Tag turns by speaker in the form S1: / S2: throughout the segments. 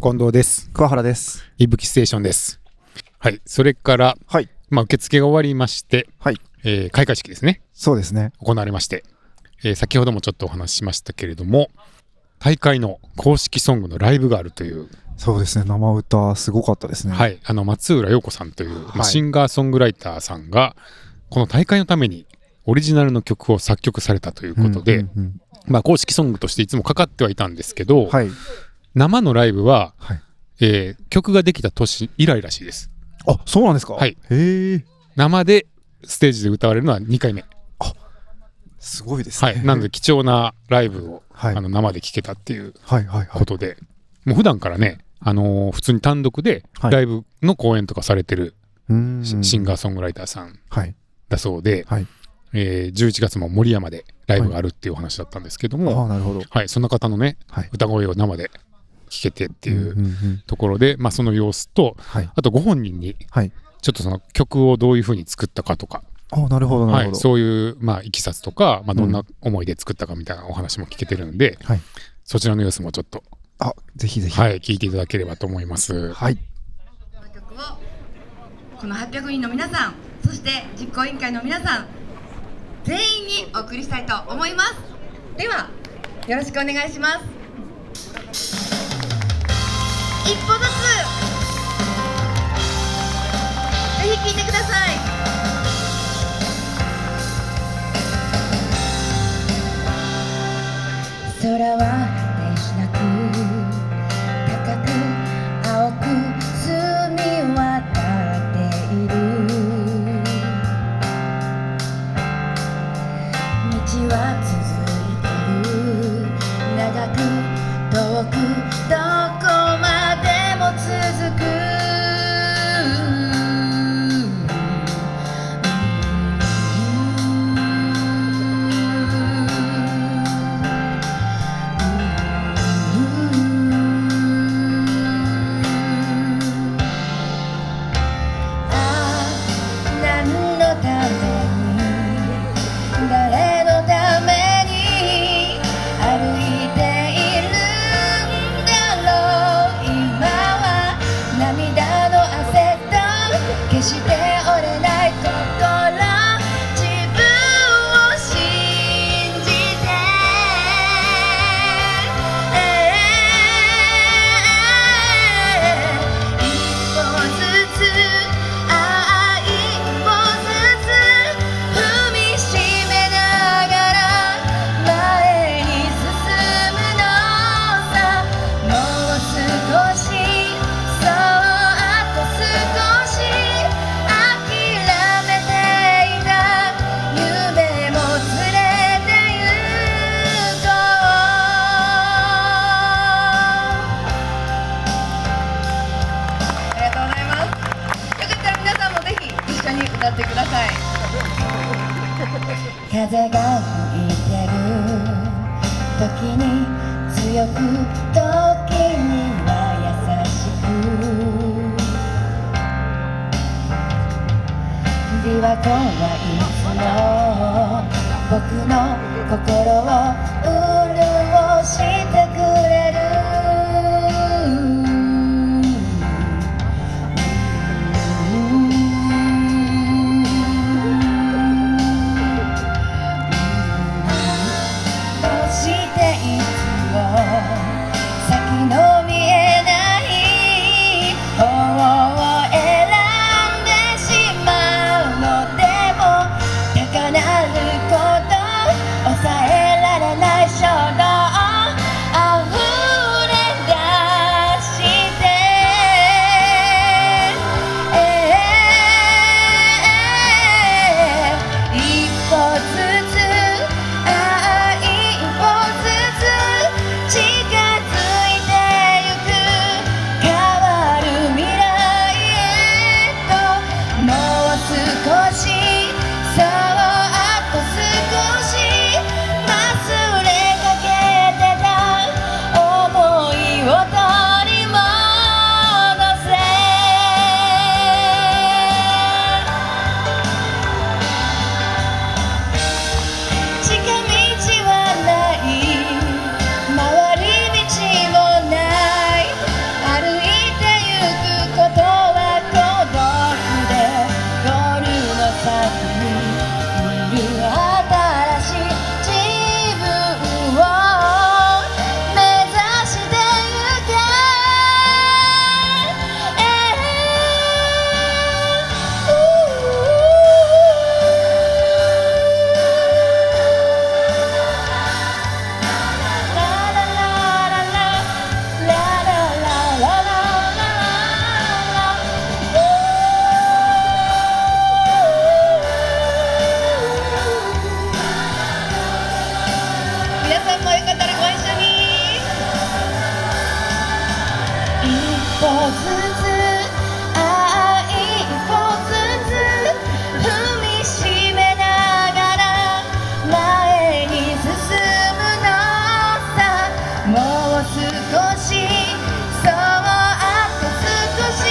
S1: 近藤です。
S2: 桑原です。
S1: いぶきステーションです。はい。それから、
S2: はい。
S1: まあ、受付が終わりまして、
S2: はい。
S1: えー開会式ですね。
S2: そうですね。
S1: 行われまして、えー先ほどもちょっとお話ししましたけれども、大会の公式ソングのライブがあるという、
S2: そうですね。生歌、すごかったですね。。
S1: はいい。あの、松浦陽子さんという、まあ
S2: はい
S1: シンガーソングライターさんが、この大会のために、オリジナルの曲を作曲されたということで、
S2: うんうん
S1: まあ、公式ソングとしていつもかかってはいたんですけど、
S2: うんはい。
S1: 生のライブは、
S2: はい
S1: えー曲ができた年以来らしいです。
S2: あ、そうなんですか
S1: はい。
S2: へえ。
S1: 生でステージで歌われるのは2回目、
S2: すごいです
S1: は
S2: ね。
S1: い、なので貴重なライブを、
S2: はい
S1: あの生で聴けたっていう
S2: はいはいは
S1: こ
S2: い。
S1: とで、もう普段からね、あのー普通に単独で
S2: はい
S1: ライブの公演とかされてる
S2: うーん
S1: シ,、シンガーソングライターさん
S2: はい。
S1: だそうで、
S2: はい。
S1: えー11月も森山でライブがあるっていうお話だったんですけど
S2: あ
S1: も、は
S2: あ、
S1: い
S2: なるほど。
S1: その方のね
S2: はい。
S1: 歌声を生で聴けてってい
S2: ん
S1: う
S2: うんん
S1: ところで、まあ、その様子と
S2: はい。
S1: あとご本人に
S2: はい。
S1: ちょっとその曲をどういうふうに作ったかとか
S2: ああ、なるほど、な
S1: は
S2: るほ
S1: い、
S2: ど。
S1: そういう、まあ、いきさつとか、まあ、
S2: ん
S1: どんな思いで作ったかみたいなお話も聞けてるんで、
S2: はい。
S1: そちらの様子もちょっと、
S2: あ、ぜひぜひ。
S1: はい、聞いていただければと思います。
S2: はい。
S3: この曲をこの800人の皆さんそして実行委員会の皆さん全員にお送りしたいと思いますではよろしくお願いします一歩ずつぜひ聴いてください空は大しなく高く青く澄み渡っている道は続いてる長く遠くどこまでも続くあ「何のために誰のために歩いているんだろう」「今は涙の汗と決して折れない心」「自分を信じて」一歩ずつああ一歩ずつ踏み出していこう踏みしめながら前に進むのさもう少しそうあと少し諦めていた夢も連れて行こうありがとうございます。よかったら皆さんもぜひ一緒に歌ってください。風が吹いてる時に強く時には優しく琵琶湖はいつも僕の心を潤してくれるそしていつも先の見えない方を選んでしまうのでも高鳴ること抑えられない衝歩ずつああ一歩ずつ踏みしめながら前に進むのさもう少しそうあと少し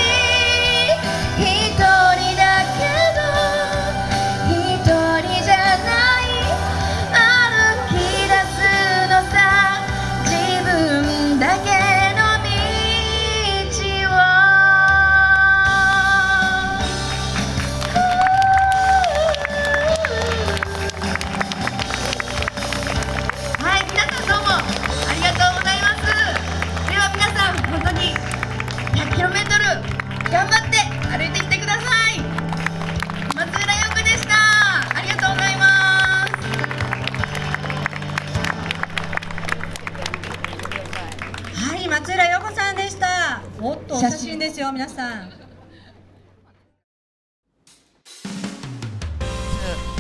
S3: 一人だけど一人じゃない歩き出すのさ自分だけの道をはい、皆さんどうもありがとうございますでは皆さん本当に 100km 頑張って歩いてきてください松浦陽子でしたありがとうございます
S4: はい、松浦洋子さんでした。もっとお写真ですよ、皆さん。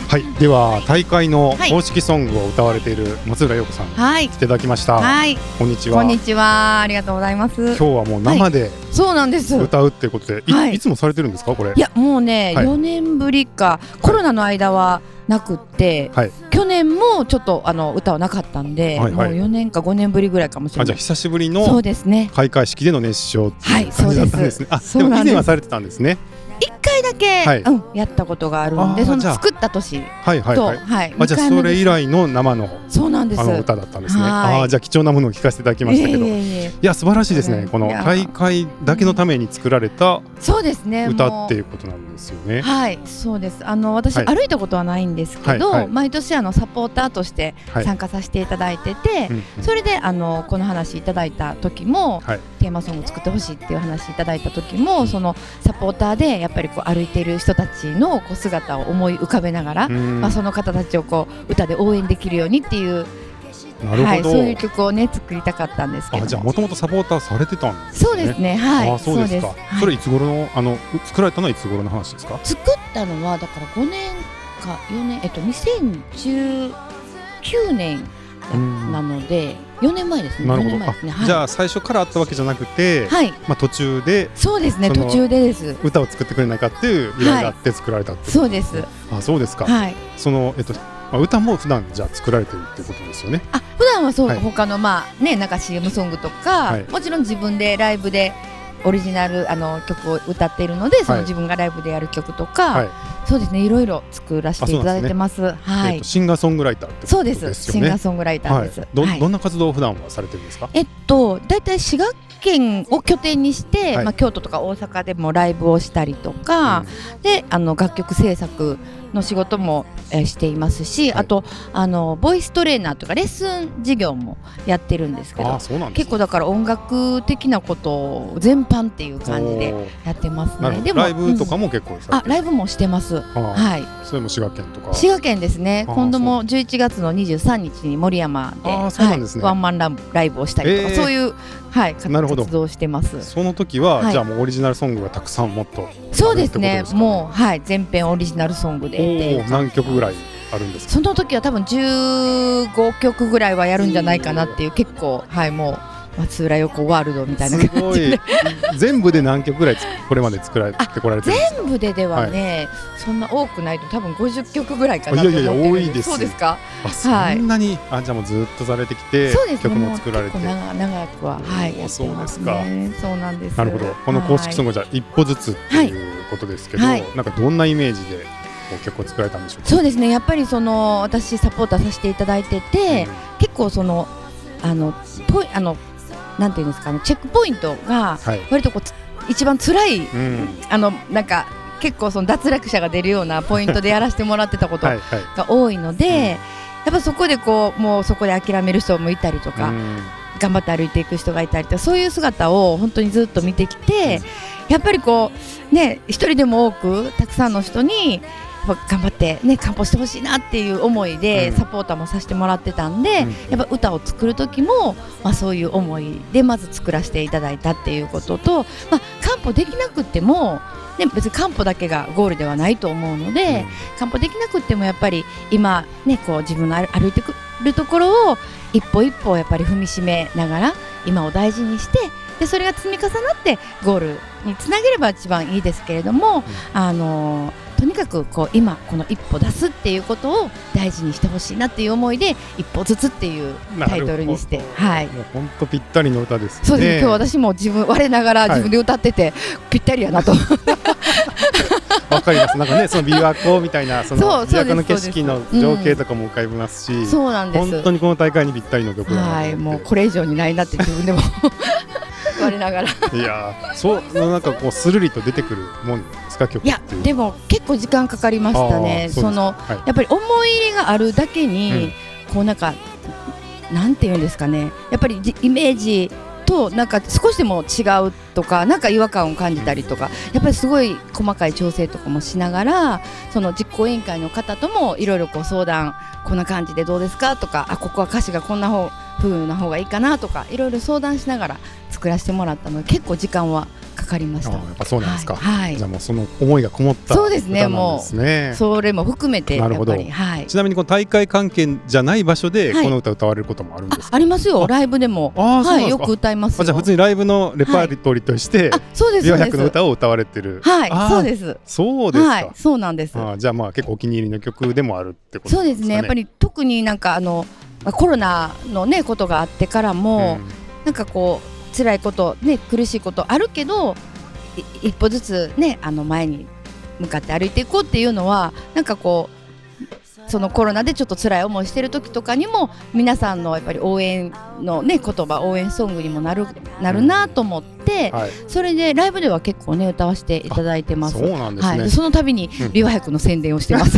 S5: はい、では大会の公式ソングを歌われている松浦陽子さん、
S6: はい
S5: 来。ていただきました、
S6: はい。
S5: こんにち
S6: こ
S5: は
S6: んにちは。ありがとうございます。
S5: 今日はもう生で
S6: そうなんです。
S5: 歌うってことで、い
S6: はい
S5: いつもされてるんですかこれ
S6: いや、もうね、
S5: はい
S6: 4年ぶりか、コロナの間はなくって、
S5: はい
S6: 去年もちょっとあの歌はなかったんで、
S5: はいはい
S6: もう4年か5年ぶりぐらいかもしれ
S5: あじ
S6: な
S5: ゃあ
S6: い。
S5: 久しぶ
S6: そ
S5: り
S6: う
S5: の
S6: ですね。
S5: 開会式での熱唱って
S6: はいいう
S5: 感じだったんですね、
S6: そ
S5: あで
S6: う
S5: も
S6: なん
S5: 以
S6: です
S5: 前はされてたんですね
S6: 一回だけ、
S5: はい
S6: うん、やったことがあるん
S7: あ
S6: で、
S7: ー
S6: そ
S5: じゃあ
S6: の作った年と、
S5: はいはい
S6: は
S5: はいい、あじゃあそれ以
S6: 来、
S5: 来の生の
S6: そうなんです。
S5: あの歌だったんですね
S6: はい
S5: あーじゃあ貴重なものを聞かせていただきましたけど、
S6: いえ
S5: い
S6: いえいえ
S5: や素晴らしいですねこの
S6: いや
S5: 大会だけのために作られた
S6: そうですね。
S5: 歌
S6: も
S5: っ
S6: う
S5: ていうことなんですよね
S6: はい、そうです。あの私、
S5: はい
S6: 歩いたことはないんですけど、
S5: はいはい
S6: 毎年あのサポーターとして
S5: はい
S6: 参加させていただいてて、
S5: うんうん
S6: それであのこの話いただいた時も、
S5: はい
S6: テーマソング作ってほしいっていう話いただいた時も、そのサポーターでやっぱりこう歩いてる人たちのこう姿を思い浮かべながら、
S5: うん
S6: まあその方たちをこう歌で応援できるようにっていう、
S5: なる
S6: は
S5: ほ
S6: い、
S5: ど、
S6: そういう曲をね作りたかったんですけ
S5: あ
S6: ど
S5: じゃあもともとサポーターされてたんですね
S6: そうですね、はい、
S5: あそうですかそ
S6: はい
S5: れいつ頃のあの作られたのはいつ頃の話ですか
S6: 作ったのはだから5年か4年えっと2019年
S5: うん
S6: なので4年前ですね
S5: な
S6: 4
S5: るほ
S6: 年
S5: ど、
S6: 前ですね
S5: あ
S6: はい
S5: じゃあ最初からあったわけじゃなくて、
S6: はい
S5: まあ、途中で
S6: そうですね
S5: その
S6: 途中でです
S5: 歌を作ってくれないかっていう依頼があって作られたっていう、
S6: そうです
S5: あそうですか、
S6: はい
S5: その、えっとまあ、歌も普段じゃあ作られてるってことですよね
S6: あ普段はそう、
S5: はい
S6: 他のまあねなんか CM ソングとか、
S5: はい
S6: もちろん自分でライブでオリジナルあの曲を歌っているのでそ
S5: は
S6: の
S5: い
S6: 自分がライブでやる曲とか、
S5: はい
S6: そうですねいろいろ作らせていただいてますは
S5: えっ
S6: い
S5: と、シンガーソングライターってこ
S6: そ
S5: と
S6: うで
S5: ですすよ
S6: シ
S5: ね
S6: ンガーソングライターです、
S5: はい、ど
S6: はい
S5: どんな活動を普段はされてるんですか
S6: えっと、大体滋賀県を拠点にして、
S5: はい
S6: まあ、京都とか大阪でもライブをしたりとか、であの楽曲制作の仕事も、えーしていますし、
S5: はい
S6: あとあのボイストレーナーとかレッスン事業もやってるんですけ
S5: あ
S6: ど
S5: あそうなんです
S6: 結構
S5: ね
S6: だから音楽的なことを全般っていう感じで
S5: おー
S6: やってます
S5: な
S6: ね。
S5: るほど
S6: で
S5: ライブとか
S6: も、
S5: も結構
S6: うん
S5: され
S6: あ
S5: てる
S6: ライブもしてます。
S5: あ
S6: はい
S5: それも滋賀県とか
S6: 滋賀県ですね
S5: あー
S6: 今度も11月の23日に森山で
S5: あーそうなんですね
S6: はい、ワンマンランライブをしたりとか、
S5: えー
S6: そういう、はい、
S5: なるほど
S6: 活動をしてます
S5: その時は、
S6: はい
S5: じゃあもうオリジナルソングがたくさんもっと
S6: そうです
S5: あるってこと
S6: ね
S5: ですか
S6: もう、はい、全編オリジナルソングでってい
S5: お
S6: う
S5: お何曲ぐらいあるんですか
S6: その時は多分15曲ぐらいはやるんじゃないかなっていう結構、はい、もう松浦横ワールドみたいな
S5: すごい 全部で何曲ぐらいつこれまで作られてこられてるんですか
S6: 全部でではね、そんな多くないと多分50曲ぐらいかなと
S5: い
S6: 思っ
S5: やい
S6: て
S5: やいや
S6: るん
S5: 多いです
S6: そうですか
S5: あそんなに、あじゃあもうずっとされてきて、
S6: そうですね
S5: 曲も作られて
S6: もう結構長長くは、はい、やってますねそうなんです
S5: なるほどこの公式ソン
S6: はい
S5: グはじゃあ一歩ずつっていうことですけど、
S6: はい
S5: なんかどんなイメージでこう曲を作られたんでしょうか
S6: そうですねやっぱりその私サポーターさせていただいてて、結構そのあのポイあのなんていうんですかねチェックポイントが
S5: はい
S6: 割とこうつ一番辛い、
S5: うん、うん
S6: あのなんか結構その脱落者が出るようなポイントでやらせてもらってたこと
S5: は
S6: が
S5: いはい
S6: 多いので、
S5: うん
S6: やっぱそこでこうもうそこで諦める人もいたりとか、
S5: うん
S6: 頑張って歩いていく人がいたりとかそういう姿を本当にずっと見てきてやっぱりこうね一人でも多くたくさんの人にやっぱ頑張ってね完歩してほしいなっていう思いで
S5: うん
S6: サポーターもさせてもらってたんで、
S5: うん
S6: やっぱ歌を作る時も、まあ、そういう思いでまず作らせていただいたっていうことと、まあ、完歩できなくっても、ね、別に完歩だけがゴールではないと思うので、完歩できなくってもやっぱり今ねこう自分の歩歩いてくるところを一歩一歩やっぱり踏みしめながら今を大事にしてでそれが積み重なってゴールにつなげれば一番いいですけれども、あのとにかくこう今この一歩出すっていうことを大事にしてほしいなっていう思いで一歩ずつっていうタイトルにしてはい
S5: もう本当ぴったりの歌ですね。
S6: そうですね今日私も自分我ながら自分で歌ってて、ぴったりやなと
S5: わかります。なんかね、その琵琶湖みたいな、その
S6: そう
S5: 琵琶湖の
S6: そう
S5: 景
S6: です
S5: 色の情景とかも浮かびますし。
S6: そうなんです
S5: 本当にこの大会にぴったりの曲だなと思っ
S6: は
S5: て
S6: いもうこれ以上にないなって自分でも 我ながら
S5: いやー、そう、なんかこうスルリと出てくるもんですか、曲
S6: いや
S5: っていう。
S6: でも結構時間かかりましたね
S5: あー
S6: その、
S5: そうですか
S6: やっぱり思い入れがあるだけに、こうなんかなんていうんですかねやっぱりじイメージとなんか少しでも違うとかなんか違和感を感じたりとか、やっぱりすごい細かい調整とかもしながらその実行委員会の方ともいろいろこう相談こんな感じでどうですかとかあここは歌詞がこんな方風な方がいいかなとかいろいろ相談しながら作らせてもらったので結構時間はかかりまし
S5: あ
S6: た。
S5: ーやっぱそうなんですか。
S6: はいはい
S5: じゃあもうその思いがこもった
S6: そう
S5: 歌なん
S6: で
S5: ですす
S6: ね
S5: ね。ね
S6: それも含めてや
S5: なる
S6: っ
S5: ほ
S6: ぱ
S5: ど
S6: りはい
S5: ちなみにこの大会関係じゃない場所で
S6: はい
S5: この歌歌われることもあるんで
S6: あ
S5: すか。
S6: ありますよ
S5: あ
S6: ライブでも
S5: あーそうなん
S6: は
S5: で
S6: い
S5: す
S6: よ
S5: か
S6: く歌いますよ
S5: あじゃあ普通にライブのレパートリーとして
S6: あそうですそう
S5: 琵琶
S6: で
S5: 百の
S6: す
S5: 歌を歌われてる。
S6: はい
S5: あー
S6: そうです
S5: そうです
S6: はい
S5: か。
S6: そうなんです
S5: あーじゃあまあ結構お気に入りの曲でもあるってこと
S6: そうですねやっぱ
S5: り
S6: り特になんかあのコロナのねことがあってからもなんかこう辛いことね苦しいことあるけどい一歩ずつねあの前に向かって歩いていこうっていうのはなんかこうそのコロナでちょっと辛い思いしてる時とかにも皆さんのやっぱり応援のね言葉応援ソングにもなるなるなと思って、
S5: はい。
S6: それでライブでは結構ね歌わせていただいてます。
S5: そうなんです
S6: はい、
S5: ね
S6: で。その度に
S5: ん
S6: 琵琶湖の宣伝をしてます。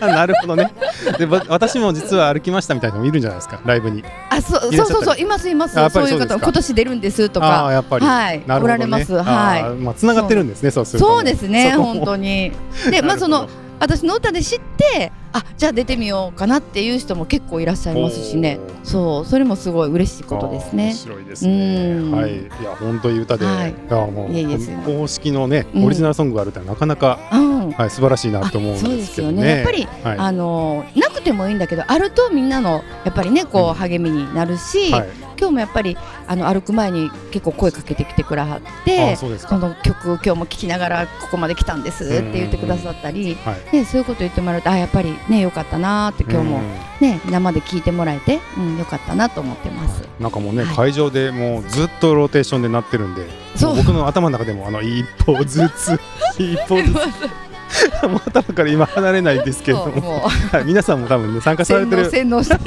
S5: あ なるほどね。で、わ私も実は歩きましたみたいなのもいるんじゃないですか、ライブに。
S6: あ、そう、そう
S5: いらっしゃった
S6: そ
S5: り
S6: うそう、いますいます。
S5: あやっぱ
S6: そ
S5: り
S6: ういう
S5: そうです
S6: 方、
S5: か
S6: 今年出るんですと
S5: あ
S6: か
S5: ー、やっぱり。
S6: はい
S5: なるほどね
S6: おられますはい
S5: あーまあ、つながってるんですね、そうすると。
S6: そうですね、
S5: そこも
S6: 本当に。で、まあ、その。私の歌で知って、あ、じゃあ出てみようかなっていう人も結構いらっしゃいますしね
S5: おー。
S6: そう、それもすごい嬉しいことです
S5: あー
S6: ね
S5: 面。白いですね。
S6: うん
S5: はい、いや、本当に歌で、
S6: はい
S5: いや、もう、
S6: いえいえすいません
S5: 公式のね、
S6: うん
S5: オリジナルソングがあるってのはなかなか。
S6: うん。
S5: はい、素晴らしいなと思うん
S6: あそう
S5: で
S6: ですす
S5: けど
S6: よ
S5: ね。
S6: ね。やっぱり、
S5: はい、
S6: あのなくてもいいんだけど、あるとみんなのやっぱりね、こう励みになるし、
S5: はい、
S6: 今日もやっぱりあの歩く前に結構声かけてきてくだはっ
S5: あー、
S6: て
S5: そうですか。
S6: この曲を今日も聴きながらここまで来たんですって言ってくださったり、
S5: はい。
S6: ね、そういうこと言ってもらうとあやっぱりね良かったなーって今日も
S5: うん。
S6: ね生で聴いてもらえてうん良かったなと思ってます。
S5: なんかもうね、
S6: はい
S5: 会場でもうずっとローテーションでなってるんで
S6: そう
S5: も僕の頭の中でもあの一歩ず つ一歩ずつもう頭から今離れないですけれども
S6: も
S5: はい皆さんも多分ね参
S6: う
S5: 加され
S6: 洗
S5: て
S6: 脳
S5: る
S6: 洗脳してる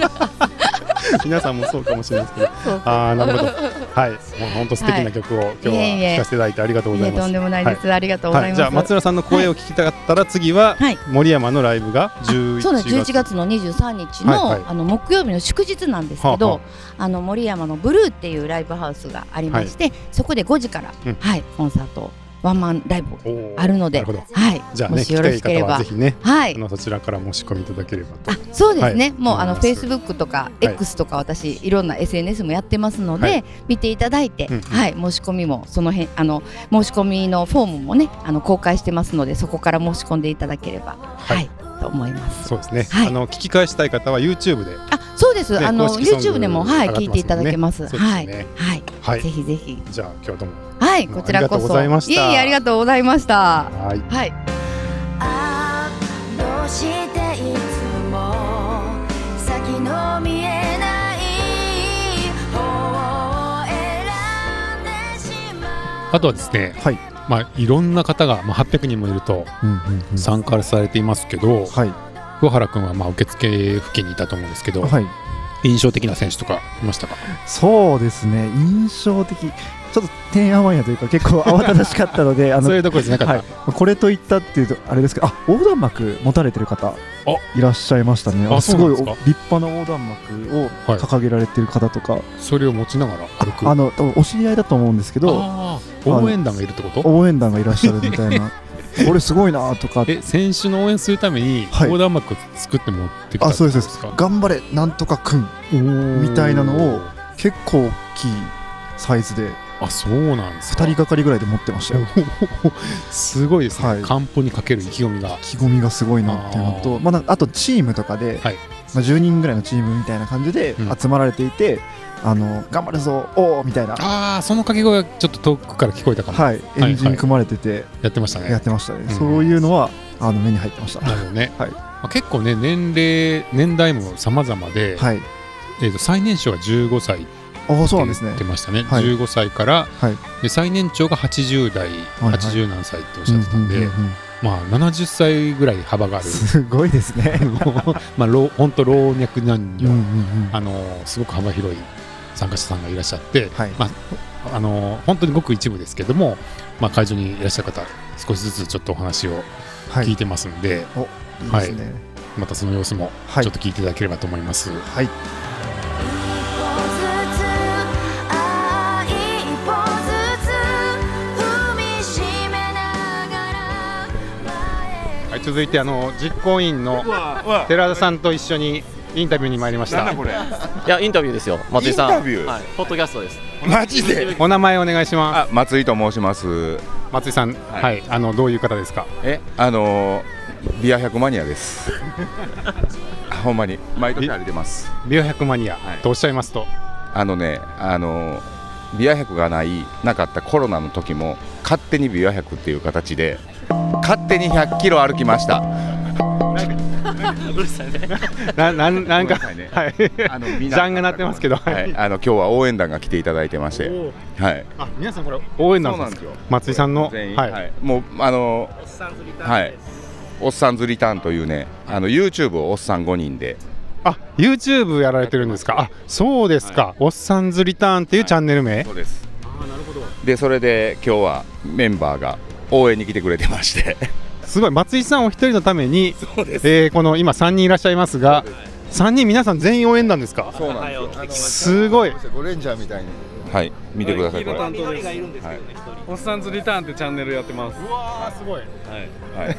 S5: 皆さんもそうかもしれないですけど
S6: そう
S5: ああなるほどはいもう本当素敵な曲を今日はい
S6: えいえ
S5: 聞かせていただいてありがとうご
S6: い
S5: ざ
S6: え
S5: いま
S6: と
S5: す
S6: んでもないです、ありがとうござ
S5: はいい、
S6: ます。
S5: じゃあ松浦さんの声を聞きたかったら次は
S6: はい
S5: 森山のライブが11月
S6: そうです11月の23日の,、
S5: はいはい
S6: あの木曜日の祝日なんですけど、
S5: はあは
S6: あの森山のブルーっていうライブハウスがありまして、そこで5時から、
S5: うん
S6: はい、コンサートワンマンライブを
S5: おー
S6: あるので
S5: なるほど
S6: はい、
S5: じゃあ
S6: も
S5: ね
S6: し
S5: 来
S6: よ
S5: た
S6: ろ
S5: い
S6: しけれ
S5: 方は
S6: ば
S5: ぜひね
S6: は
S5: あ
S6: い
S5: のそちらから申し込みいただければと
S6: あそうですね、
S5: はい
S6: もうあのフ
S5: 思
S6: ェ
S5: い
S6: イ
S5: ま
S6: ス
S5: す
S6: ブックとか
S5: はい
S6: X とか私いろんな SNS もやってますので、
S5: はい
S6: 見ていただいて、
S5: うんうん
S6: はい、申し込みもその辺あの申し込みのフォームもねあの公開してますのでそこから申し込んでいただければはい、と思います。
S5: そうですね、
S6: はい
S5: あの聞き返したい方は YouTube で
S6: あ、そうです。
S5: ね
S6: あの
S5: 公式ソング
S6: YouTube でもはい
S5: 上がっ
S6: 聞
S5: てます
S6: い
S5: もんね
S6: ていただけます。
S5: そうですよ
S6: はい
S5: ね
S6: はい、
S5: はい
S6: ぜひぜひ
S5: じゃあ今日はどうも
S6: はい
S5: もう
S6: こちらこそ
S5: ありがとうございました
S6: えいえありがとうございました。
S5: はい
S6: はい。
S3: ああどうしていつも先の見えない方を選んでしまう
S5: あとはですね、
S2: はい
S5: まあ、いろんな方が、まあ、800人もいると
S2: うんうんうん
S5: 参加されていますけど、
S2: はい
S5: 桑原君はまあ受付付近にいたと思うんですけど、
S2: はい
S5: 印象的な選手とかいましたか
S2: そうですね印象的ちょっとてんやわんやというか結構慌ただしかったの であの
S5: そういうところじゃなかった、
S2: はい、これといったっていうとあれですけどあ横断幕持たれてる方いらっしゃいましたね
S5: あ
S2: あすごい
S5: そうなんで
S2: 立派な横断幕を
S5: はい
S2: 掲げられてる方とか、
S5: それを持ちながら歩く
S2: あの多分お知り合いだと思うんですけど
S5: あー応援団がいるってこと
S2: 応援団がいらっしゃるみた いなこれすごいなとか
S5: え選手の応援するために
S2: はい
S5: 横断幕作って持ってきた
S2: あ
S5: ってこ
S2: そう
S5: と
S2: ですそうで
S5: で
S2: すす
S5: か、
S2: 頑張れなんとかくんみたいなのを結構大きいサイズで
S5: あそうなんですか
S2: 2人がかりぐらいで持ってましたよ
S5: すごいですね、
S2: はい
S5: カンポにかける意気込みが
S2: 意気込みがすごいなっていうのと
S5: あー
S2: まあ、なんかあとチームとかで、
S5: はい
S2: まあ、10人ぐらいのチームみたいな感じで
S1: うん
S2: 集まられていて、あの頑張るぞおーみたいな、
S1: ああその掛け声はちょっと遠くから聞こえたかも、
S2: はい、
S1: はい
S2: エンジン組まれてて
S1: やってましたね
S2: やってましたね、
S1: ん
S2: そういうのはあの目に入ってました、
S1: なるほどね、
S2: はい
S1: まあ、結構ね年齢年代も様々で、
S2: はい
S1: えー、と最年少は15歳って
S2: ああそうなんです
S1: 言
S2: ね
S1: ってましたね
S2: はい
S1: 15歳から、
S2: はい
S1: で最年長が80代、
S2: はい
S1: 80何歳っておっしゃってたんで、
S2: うんうんうんうん
S1: まあ70歳ぐらい幅がある
S2: すごいですね
S1: もう まあ老本当老若男
S2: うん
S1: 女、
S2: うんうん
S1: あのーすごく幅広い参加者さんがいらっしゃって、
S2: はい
S1: まああのー本当にごく一部ですけども、まあ、会場にいらっしゃる方少しずつちょっとお話を
S2: はい
S1: 聞い
S2: い
S1: てますんで、
S2: いですね
S1: またその様子も
S2: はい
S1: ちょっと聞いていただければと思います。
S2: はい
S3: 一歩ずつああ一歩ずつ踏みしめながら前へ
S1: はい、続いてあの実行委員の寺田さんと一緒にインタビューに参りました。
S8: いやインタビューですよ松井さん
S9: インタビュー
S8: はい、ポッドキャストです
S9: マジで
S1: お名前お願いしま
S9: あ松井と申します
S1: す。松井さん、はい、
S9: い
S1: あのどういう方ですか。
S9: えあのービア100マニアです あほんまに毎年歩いてます
S1: 美容百マニア
S9: はい
S1: とおっしゃいますと、
S9: あのねあのービア100がないなかったコロナの時も勝手にビア100っていう形で勝手に100キロ歩きました
S8: うるさいね
S1: ななんなんか
S9: ごめんなさ
S1: はい。
S9: あの
S1: ジャンが鳴ってますけど
S9: は
S1: はい
S9: い、あの今日は応援団が来ていただいてましてはい
S1: あ皆さんこれ応援なんですか。松井さんの
S9: 全員、
S1: は
S9: はいいもうあのはいおっさんずリターンというねあの YouTube をおっさん5人で
S1: あ YouTube やられてるんですか。あそうですか。おっさんずリターンっていうチャンネル名。
S9: そうですでそれで今日はメンバーが応援に来てくれてまして
S1: すごい松井さんお一人のために、
S9: そうで
S1: えー、この今3人いらっしゃいますが3人皆さん全員応援団ですか
S9: そうなんですよ
S1: すごい
S10: ゴレンジャーみたいに
S9: はい見てくださいこ
S5: 黄
S9: れ
S5: 色担当です
S9: はい
S5: おっさんずリターンってチャンネルやってます
S1: わすごい
S9: はい、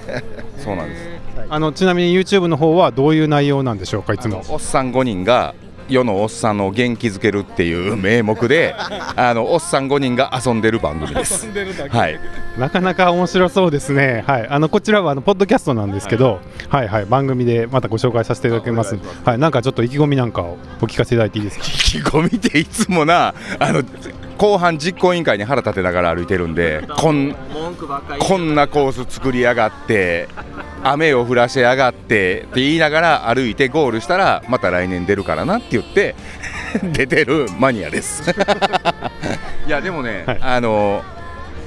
S9: そうなんです
S1: あのちなみに YouTube の方はどういう内容なんでしょうかいつ
S9: あ
S1: も
S9: のおっさん5人が世のおっさんを元気づけるっていう名目 であのおっさん5人が遊んでる番組です
S5: 遊んでるだけ
S9: はい
S1: なかなか面白そうですねはいあのこちらはあのポッドキャストなんですけどはいはい番組でまたご紹介させていただきますはいなんかちょっと意気込みなんかをお聞かせいただいていいですか
S9: 意気込みっていつもなあの後半実行委員会に腹立てながら歩いてるんでこん
S8: 文句ばっかり
S9: こんなコース作りやがって雨を降らせやがってって言いながら歩いてゴールしたらまた来年出るからなって言って 出てるマニアです いやでもね、
S1: はい
S9: あの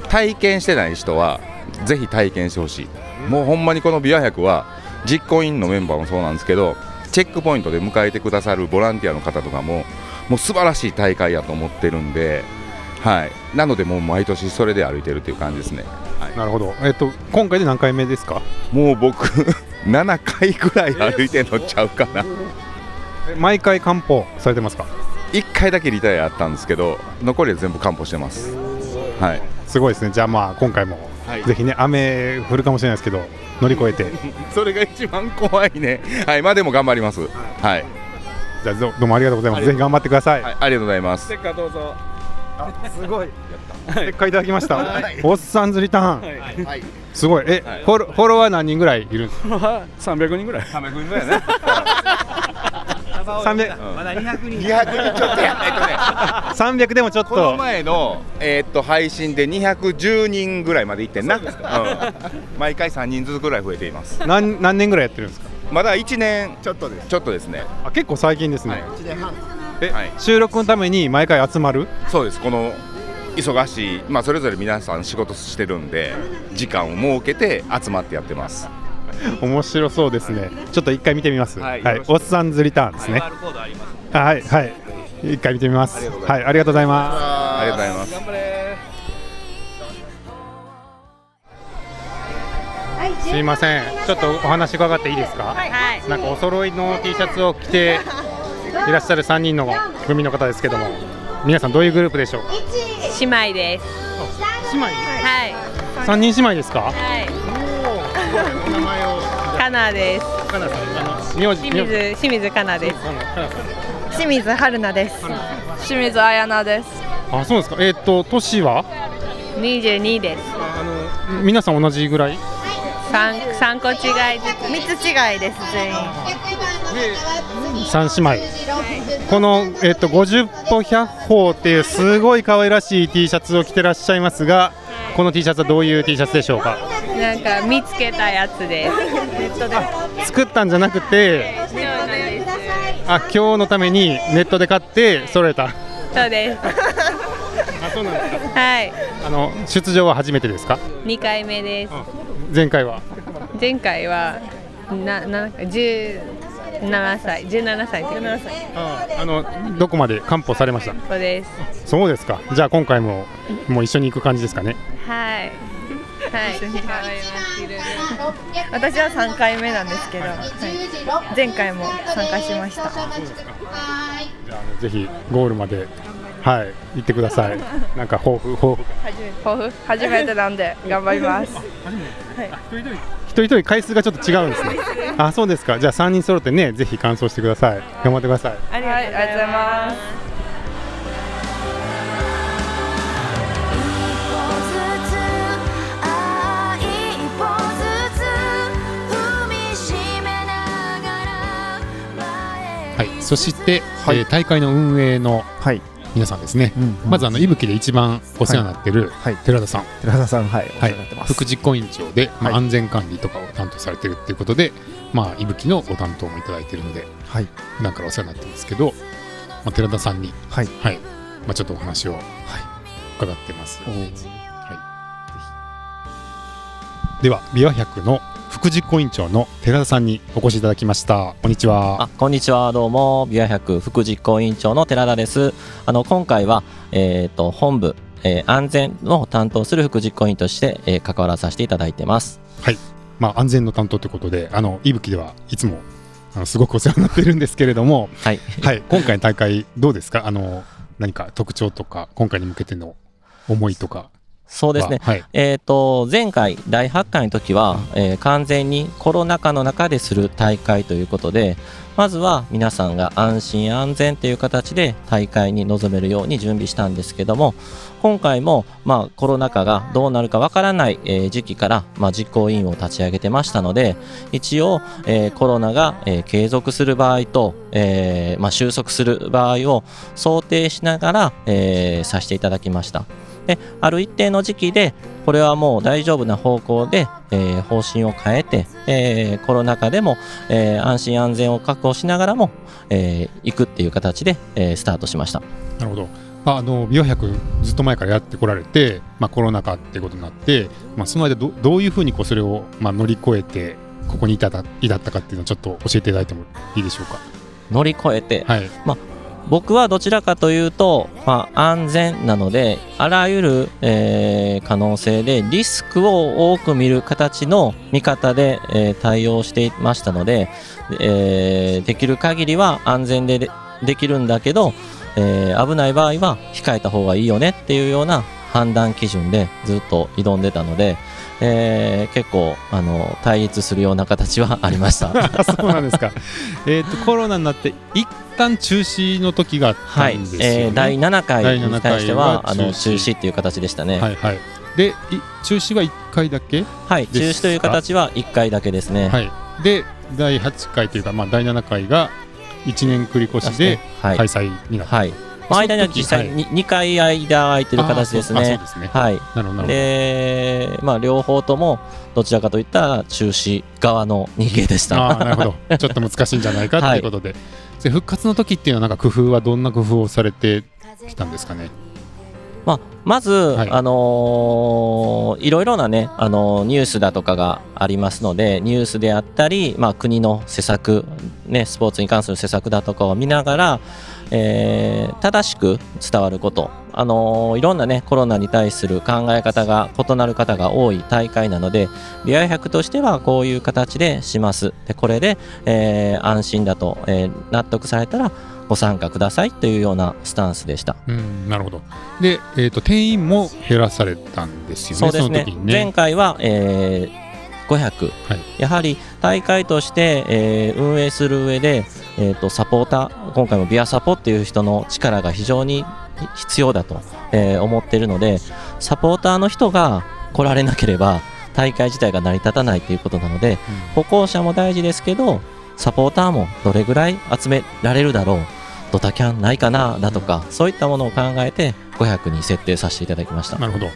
S9: 体験してない人はぜひ体験してほしいもうほんまにこの琵琶百は実行委員のメンバーもそうなんですけどチェックポイントで迎えてくださるボランティアの方とかももう素晴らしい大会やと思ってるんで、はい、なのでもう毎年それで歩いてるっていう感じですね
S1: なるほどえっと今回で何回目ですか
S9: もう僕 7回ぐらい歩いてんのちゃうかな
S1: え毎回漢方されてますか
S9: 1回だけリタイアあったんですけど残りは全部完歩してますはい
S1: すごいですねじゃあまあ今回も
S9: はい
S1: ぜひね雨降るかもしれないですけど乗り越 えて
S9: それが一番怖いねはいまあでも頑張りますはい、
S1: じゃあどどうもありがとうございます。
S9: あり
S1: ぜ
S9: がとう
S1: ひ頑張ってください。
S9: はい、ありがとうございます
S5: せっかどうぞ
S2: すごい
S1: 結果いただきました。おっさんずリターン。
S5: はい
S1: すごい。え、
S9: はい
S1: フォロフォロワー何人ぐらいいるんですか。
S5: 300人ぐらい
S9: 亀君だよね
S1: 三百
S9: ま
S8: だ200人
S9: 200人ちょっとやんないとね
S1: 三百でもちょっ
S9: この
S1: と。
S9: 前の、えーっと配信で210人ぐらいまでいってんなうん毎回3人ずつぐらい増えています
S1: 何何年ぐらいやってるんですか。
S9: まだ1年
S10: ちょっとです
S9: ちょっとですね
S1: あ結構最近ですね。
S9: はい
S10: 1年半
S1: え、
S9: はい
S1: 収録のために毎回集まる。
S9: そうですこの忙しい、まあ、それぞれ皆さん仕事してるんで時間を設けて集まってやってます
S1: 面白そうですね。ちょっと一回見てみます。は。
S9: はいいよろしく
S1: おっさんずリターンですね。
S8: コードあります
S1: はいはい。一回見てみます。
S9: ありがとうござ
S1: はいい
S9: ます
S1: ありがとうございます。
S9: ありがとうございます
S5: 頑張れ
S1: すいません。ちょっとお話伺っていいですか。
S11: はい
S1: なんかお揃いの T シャツを着ていらっしゃる3人の組の方ですけども皆さんどういうグループでしょうか
S11: 姉妹です
S1: 姉妹
S11: はい
S1: 3人姉妹ですか
S11: はい
S1: お名前を
S11: かなです
S1: かなさん名字
S11: 清水清水かなです清水春菜です
S12: 清水彩菜です。
S1: あそうですかえっ、と年は
S11: 22です
S1: 皆さん同じぐらい
S11: 三三個違いです三つ違いです全員
S1: 3姉妹この、えっと、50歩100歩っていうすごい可愛らしい T シャツを着てらっしゃいますがこの T シャツはどういう T シャツでしょうか
S12: なんか見つけたやつです。ネットで。
S1: 作ったんじゃなくて
S12: そうなんです。
S1: あ今日のためにネットで買って揃えた
S12: そうです。
S1: そうなんです
S12: はい、
S1: あの出場は初めてですか
S12: 二回目です。
S1: 前回は
S12: 前回はななんか十七歳、十七歳の時です。
S1: ああのどこまで完歩されました
S12: そうです。
S1: そうですかじゃあ今回ももう一緒に行く感じですかね
S12: はい。はい。
S3: 私は3回目なんですけど、はい前回も参加しました。
S1: じゃああのぜひゴールまではい行ってくださいなんか抱負抱負
S12: 抱負初めてなんで頑張ります。
S1: 一人一人回数がちょっと違うんですねあそうですかじゃあ3人揃ってねぜひ感想してください頑張ってください
S12: ありがとうございます。
S3: 一歩ずつ、ああ一歩ずつ踏みしめながら前へ
S1: はいそして、
S2: はい
S1: えー大会の運営の
S2: はい、
S1: 皆さんですね、
S2: うん
S1: まずあの、いぶきで一番お世話になってる、
S2: はい、
S1: 寺田さん、
S2: 寺田さん、はい、お世
S1: は
S2: 話
S1: い
S2: になってま、す。
S1: 副実行委員長で、まあ、
S2: はい
S1: 安全管理とかを担当されてるっていうことで、まあ、いぶきのご担当もいただいてるので
S2: はい、
S1: 普段からお世話になってるんですけど、まあ、寺田さんに、
S2: はい、
S1: はいまあ、ちょっとお話を、伺ってます、
S2: おー
S1: はい、では琵琶百の副実行委員長の寺田さんにお越しいただきましたこんにちは
S10: あこんにちはどうもビア百副実行委員長の寺田ですあの今回は、えー、と本部、えー安全を担当する副実行委員として、えー関わらさせていただいてます
S1: まあ、安全の担当ということであのいぶきではいつもあのすごくお世話になってるんですけれども、
S10: はい
S1: はい、今回の大会どうですかあの何か特徴とか今回に向けての思いとか
S10: そう
S1: は
S10: ですね
S1: はい
S10: えー、と前回第8回の時は、えー完全にコロナ禍の中でする大会ということでまずは皆さんが安心安全という形で大会に臨めるように準備したんですけども今回も、まあ、コロナ禍がどうなるかわからない、えー時期から、まあ、実行委員を立ち上げてましたので一応、えーコロナが、えー継続する場合と、えーまあ、収束する場合を想定しながら、えーさせていただきました。である一定の時期でこれはもう大丈夫な方向で、えー方針を変えて、えーコロナ禍でも、えー安心安全を確保しながらも、えー行くっていう形で、えースタートしました。
S1: なるほど。まあ、あの美容百ずっと前からやってこられて、まあ、コロナ禍ってことになって、まあ、その間どどういうふうにこうそれを、まあ、乗り越えてここに至った至ったかっていうのをちょっと教えていただいてもいいでしょうか。
S10: 乗り越えて
S1: はい、
S10: 僕はどちらかというと、まあ、安全なのであらゆる、えー可能性でリスクを多く見る形の見方で、えー対応していましたので、えーできる限りは安全ででできるんだけど、えー危ない場合は控えた方がいいよねっていうような判断基準でずっと挑んでたので、えー結構あの対立するような形はありました。
S1: あそうなんですか。えっとコロナになって一旦中止の時があった
S10: はい
S1: んですよ、ね。
S10: えー第7回に対しては
S1: 第
S10: あ
S1: 七回は中止
S10: の中止っていう形でしたね。
S1: はいはい。でい中止は一回だけ。
S10: はい、
S1: です
S10: 中止という形は1回だけですね。
S1: はい。で第八回というかまあ第七回が一年繰り越しで
S10: はい、は
S1: 開
S10: い、
S1: 催になった。
S10: まあ、間には実際
S1: そ
S10: に2回間空いてる形です
S1: あそうあそう
S10: ね。
S1: ですね。
S10: はい、
S1: なるほどなるほど。
S10: で、まあ、両方ともどちらかといったら中止側の人間でした。
S1: ああなるほどちょっと難しいんじゃない かということで,、で復活の時っていうのはなんか工夫はどんな工夫をされてきたんですかね
S10: まあ、まず、
S1: い
S10: い、あのーいろいろなね、あのーニュースだとかがありますので、ニュースであったり、まあ、国の施策、ね、スポーツに関する施策だとかを見ながら、えー正しく伝わること、あのーいろんなね、コロナに対する考え方が異なる方が多い大会なので、リア100としてはこういう形でします。で、これで、えー安心だと、えー納得されたら、ご参加くださいというようなスタンスでした。
S1: うんなるほどで、えー、と定員も減らされたんですよね
S10: そうです
S1: の
S10: ね
S1: 時に
S10: 前
S1: ね
S10: 回は、えー500、
S1: はい
S10: やはり大会として、えー運営する上で、えー、とサポーター今回もビアサポっていう人の力が非常に必要だと、えー思っているのでサポーターの人が来られなければ大会自体が成り立たないということなので、歩行者も大事ですけどサポーターもどれぐらい集められるだろうドタキャンないかなだとか、そういったものを考えて500に設定させていただきました
S1: なるほど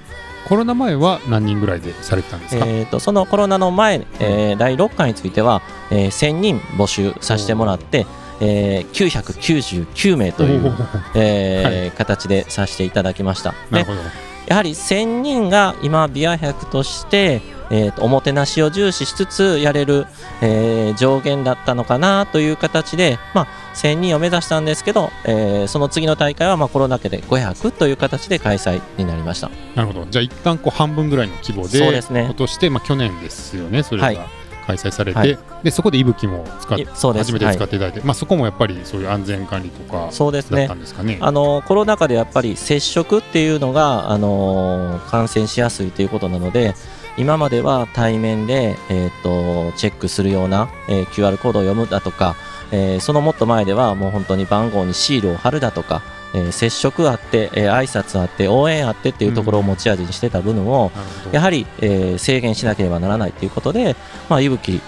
S1: コロナ前は何人ぐらいでされてたんですか、
S10: えー、とそのコロナの前、えー第6回については、えー1000人募集させてもらって、えー999名という、えー形でさせていただきました。
S1: なるほど
S10: やはり1000人が今ビア100として、えーとおもてなしを重視しつつやれる、えー上限だったのかなという形で、まあ、1000人を目指したんですけど、えーその次の大会は、まあ、コロナ禍で500という形で開催になりました。
S1: なるほどじゃあ一旦こう半分ぐらいの規模で
S10: そうですね
S1: 落として、まあ、去年ですよねそれ
S10: はい
S1: が開催されて、
S10: はい
S1: でそこで息吹も使っ
S10: いそうです
S1: 初めて使っていただいて、まあ、そこもやっぱりそういう安全管理とか
S10: そうですね
S1: だったんですかね
S10: あのコロナ禍でやっぱり接触っていうのが、あの感染しやすいということなので今までは対面で、えー、とチェックするような、えー QR コードを読むだとか、えーそのもっと前ではもう本当に番号にシールを貼るだとか、えー接触あって、えー挨拶あって応援あってっていうところを持ち味にしてた部分を、やはり、えー制限しなければならないということで、まあ、息吹っ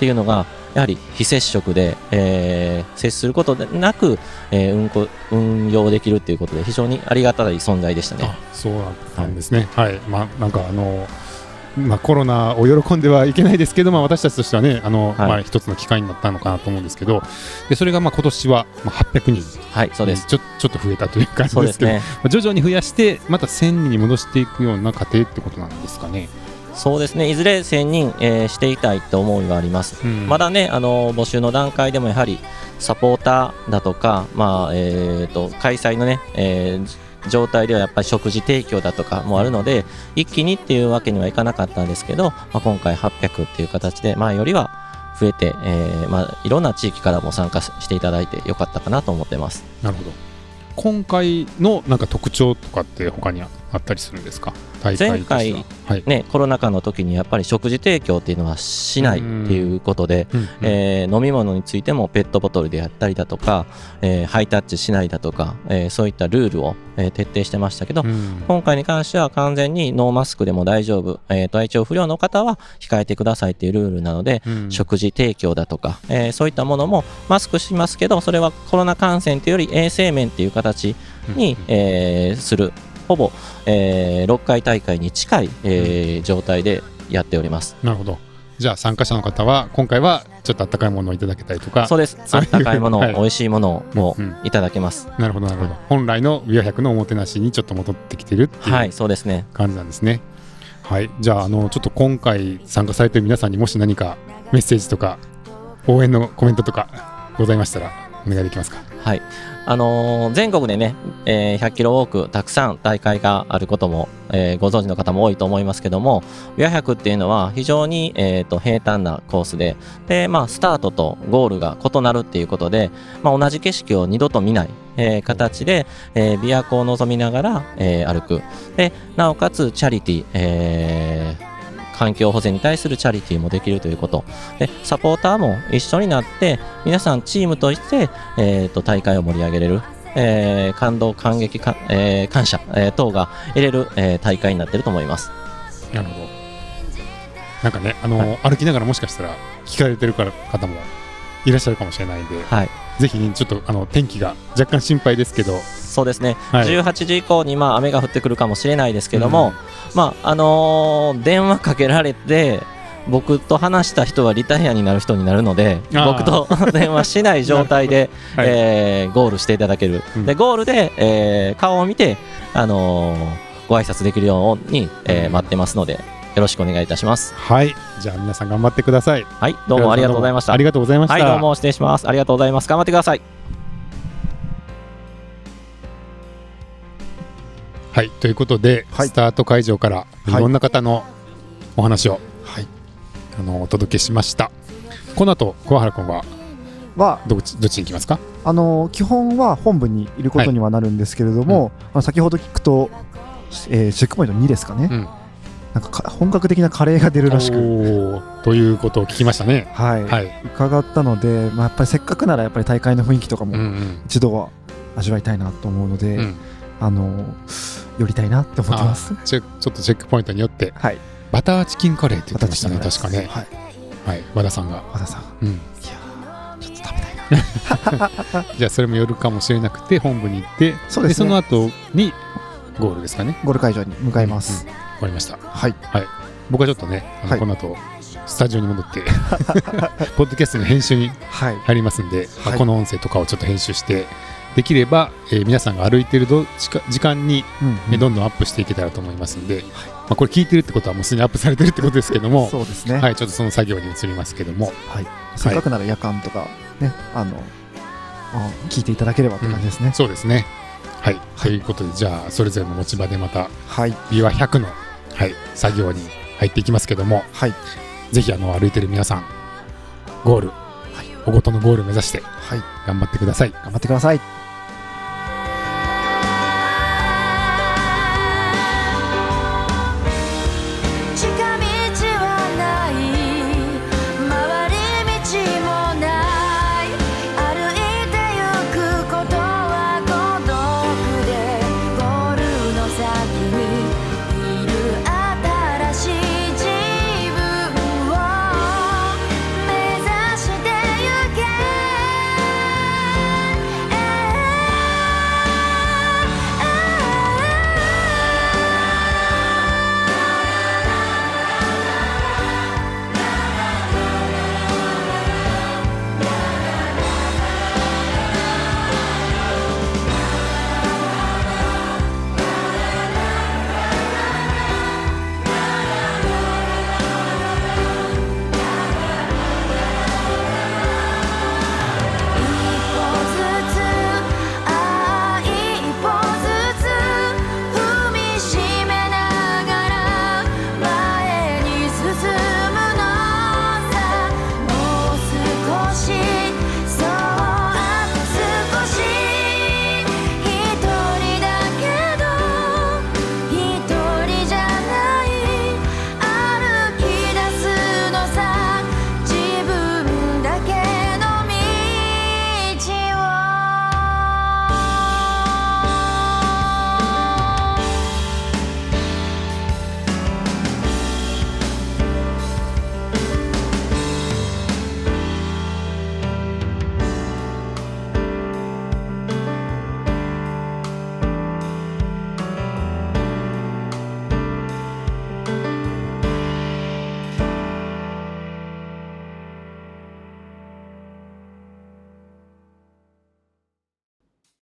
S10: ていうのがやはり非接触で、えー接することでなく、えー運行運用できるということで非常にありがたい存在でしたね。
S1: そうなんですねはい、まあなんかあのまあ、コロナを喜んではいけないですけど、まあ、私たちとしてはねあの、まあ、一つの機会になったのかなと思うんですけどでそれがまあ今年はまあ800人、
S10: はいそうです
S1: ちょちょっと増えたという感じですけど
S10: そうですね
S1: まあ徐々に増やしてまた1000人に戻していくような過程ってことなんですかね。
S10: そうですねいずれ1000人、えーしていきたいと思いはあります、
S1: ん
S10: まだねあの募集の段階でもやはりサポーターだとか、まあえー、と開催のね、えー状態ではやっぱり食事提供だとかもあるので一気にっていうわけにはいかなかったんですけど、まあ、今回800っていう形で、まあ、よりは増えて、えーまあ、いろんな地域からも参加ししていただいてよかったかなと思ってます。
S1: なるほど今回のなんか特徴とかって他にあったりするんですか大
S10: 前
S1: 会として
S10: 回
S1: は、
S10: ね、コロナ禍の時にやっぱり食事提供っていうのはしないっていうことで、えー飲み物についてもペットボトルでやったりだとか、えーハイタッチしないだとか、えーそういったルールを、えー徹底してましたけど、今回に関しては完全にノーマスクでも大丈夫、えー体調不良の方は控えてくださいっていうルールなので、
S1: うん
S10: 食事提供だとか、えーそういったものもマスクしますけどそれはコロナ感染というより衛生面という形に、えーするほぼ、え6回大会に近い、えー状態でやっております。
S1: なるほどじゃあ参加者の方は今回はちょっと温かいものをいただけたりとか
S10: そうです。
S1: う
S10: あ
S1: う
S10: ったかいもの、
S1: はい
S10: 美味しいものをいただけます。
S1: なるほどなるほど、本来の美容百のおもてなしにちょっと戻ってきてるっていう、
S10: はいそうですね
S1: 感じなんですねはいじゃああのちょっと今回参加されてる皆さんにもし何かメッセージとか応援のコメントとか ございましたらお願いできますか
S10: はい。あのー全国でね、えー100キロウォーク、たくさん大会があることも、えーご存知の方も多いと思いますけども、ウヤ100っていうのは非常に、えーと平坦なコースで、で、まあ、スタートとゴールが異なるっていうことで、まあ、同じ景色を二度と見ない、えー形で、えー、琵琶湖を望みながら、えー歩く。で、なおかつ、チャリティー、えー環境保全に対するチャリティーもできるということでサポーターも一緒になって皆さんチームとして、えーと大会を盛り上げれる、えー感動感激か、えー感謝、えー等が得れる、えー大会になっていると思います。
S1: なるほどなんかねあの、歩きながらもしかしたら聞かれてるから方もいらっしゃるかもしれないんで、
S10: はい、
S1: ぜひねちょっとあの天気が若干心配ですけど
S10: そうですね、
S1: はい
S10: 18時以降にまあ雨が降ってくるかもしれないですけども、まああのー電話かけられて僕と話した人はリタイアになる人になるので
S13: あー
S10: 僕と 電話しない状態で、えーゴールしていただける、でゴールで、えー顔を見て、あのーご挨拶できるように、えー待ってますのでよろしくお願いいたします。
S1: はいじゃあ皆さん頑張ってください
S10: はいどうもありがとうございました。
S1: ありがとうございました
S10: はいどうも失礼します。ありがとうございます。頑張ってください。
S1: はいということで、スタート会場からいろんな方のお話を、あのお届けしましたこの後桑原君は
S2: は
S1: どっちどっちに行きますか
S2: あの基本は本部にいることにはなるんですけれども、あの先ほど聞くと、えーチェックポイント2ですかね、なんかか本格的なカレーが出るらしく
S1: おーということを聞きましたね
S2: はい、伺ったので、まあ、やっぱりせっかくならやっぱり大会の雰囲気とかも一度は味わいたいなと思うので、
S1: うん
S2: あの寄りたいなって思ってます。
S1: あーチェちょっとチェックポイントによって、バターチキンカレーって言ってましたね確かねはい、和田さんが
S2: 和田さん
S1: うんじゃあそれも寄るかもしれなくて本部に行って
S2: そうですね
S1: その後にゴールですかね
S2: ゴール会場に向かいます、
S1: わ、かりました
S2: はい、
S1: 僕はちょっとねあの、
S2: はい
S1: この後スタジオに戻って ポッドキャストの編集に入りますんで、まあ
S2: はい
S1: この音声とかをちょっと編集してできれば、えー皆さんが歩いてるど時間時間に、
S2: うん
S1: えーどんどんアップしていけたらと思いますんで、まあ、これ聞いてるってことはもうすでにアップされてるってことですけども
S2: そうですね
S1: はい、ちょっとその作業に移りますけども、
S2: はい、せっかくなら夜間とかねあのあ聞いていただければって感じですね、
S1: うんそうですね。はい、ということでじゃあそれぞれの持ち場でまた
S2: はい
S1: ビワ100の、はい、作業に入っていきますけども、
S2: はい、
S1: ぜひあの歩いてる皆さんゴール、おごとのゴール目指して
S2: はい、
S1: 頑張ってください。
S2: 頑張ってください。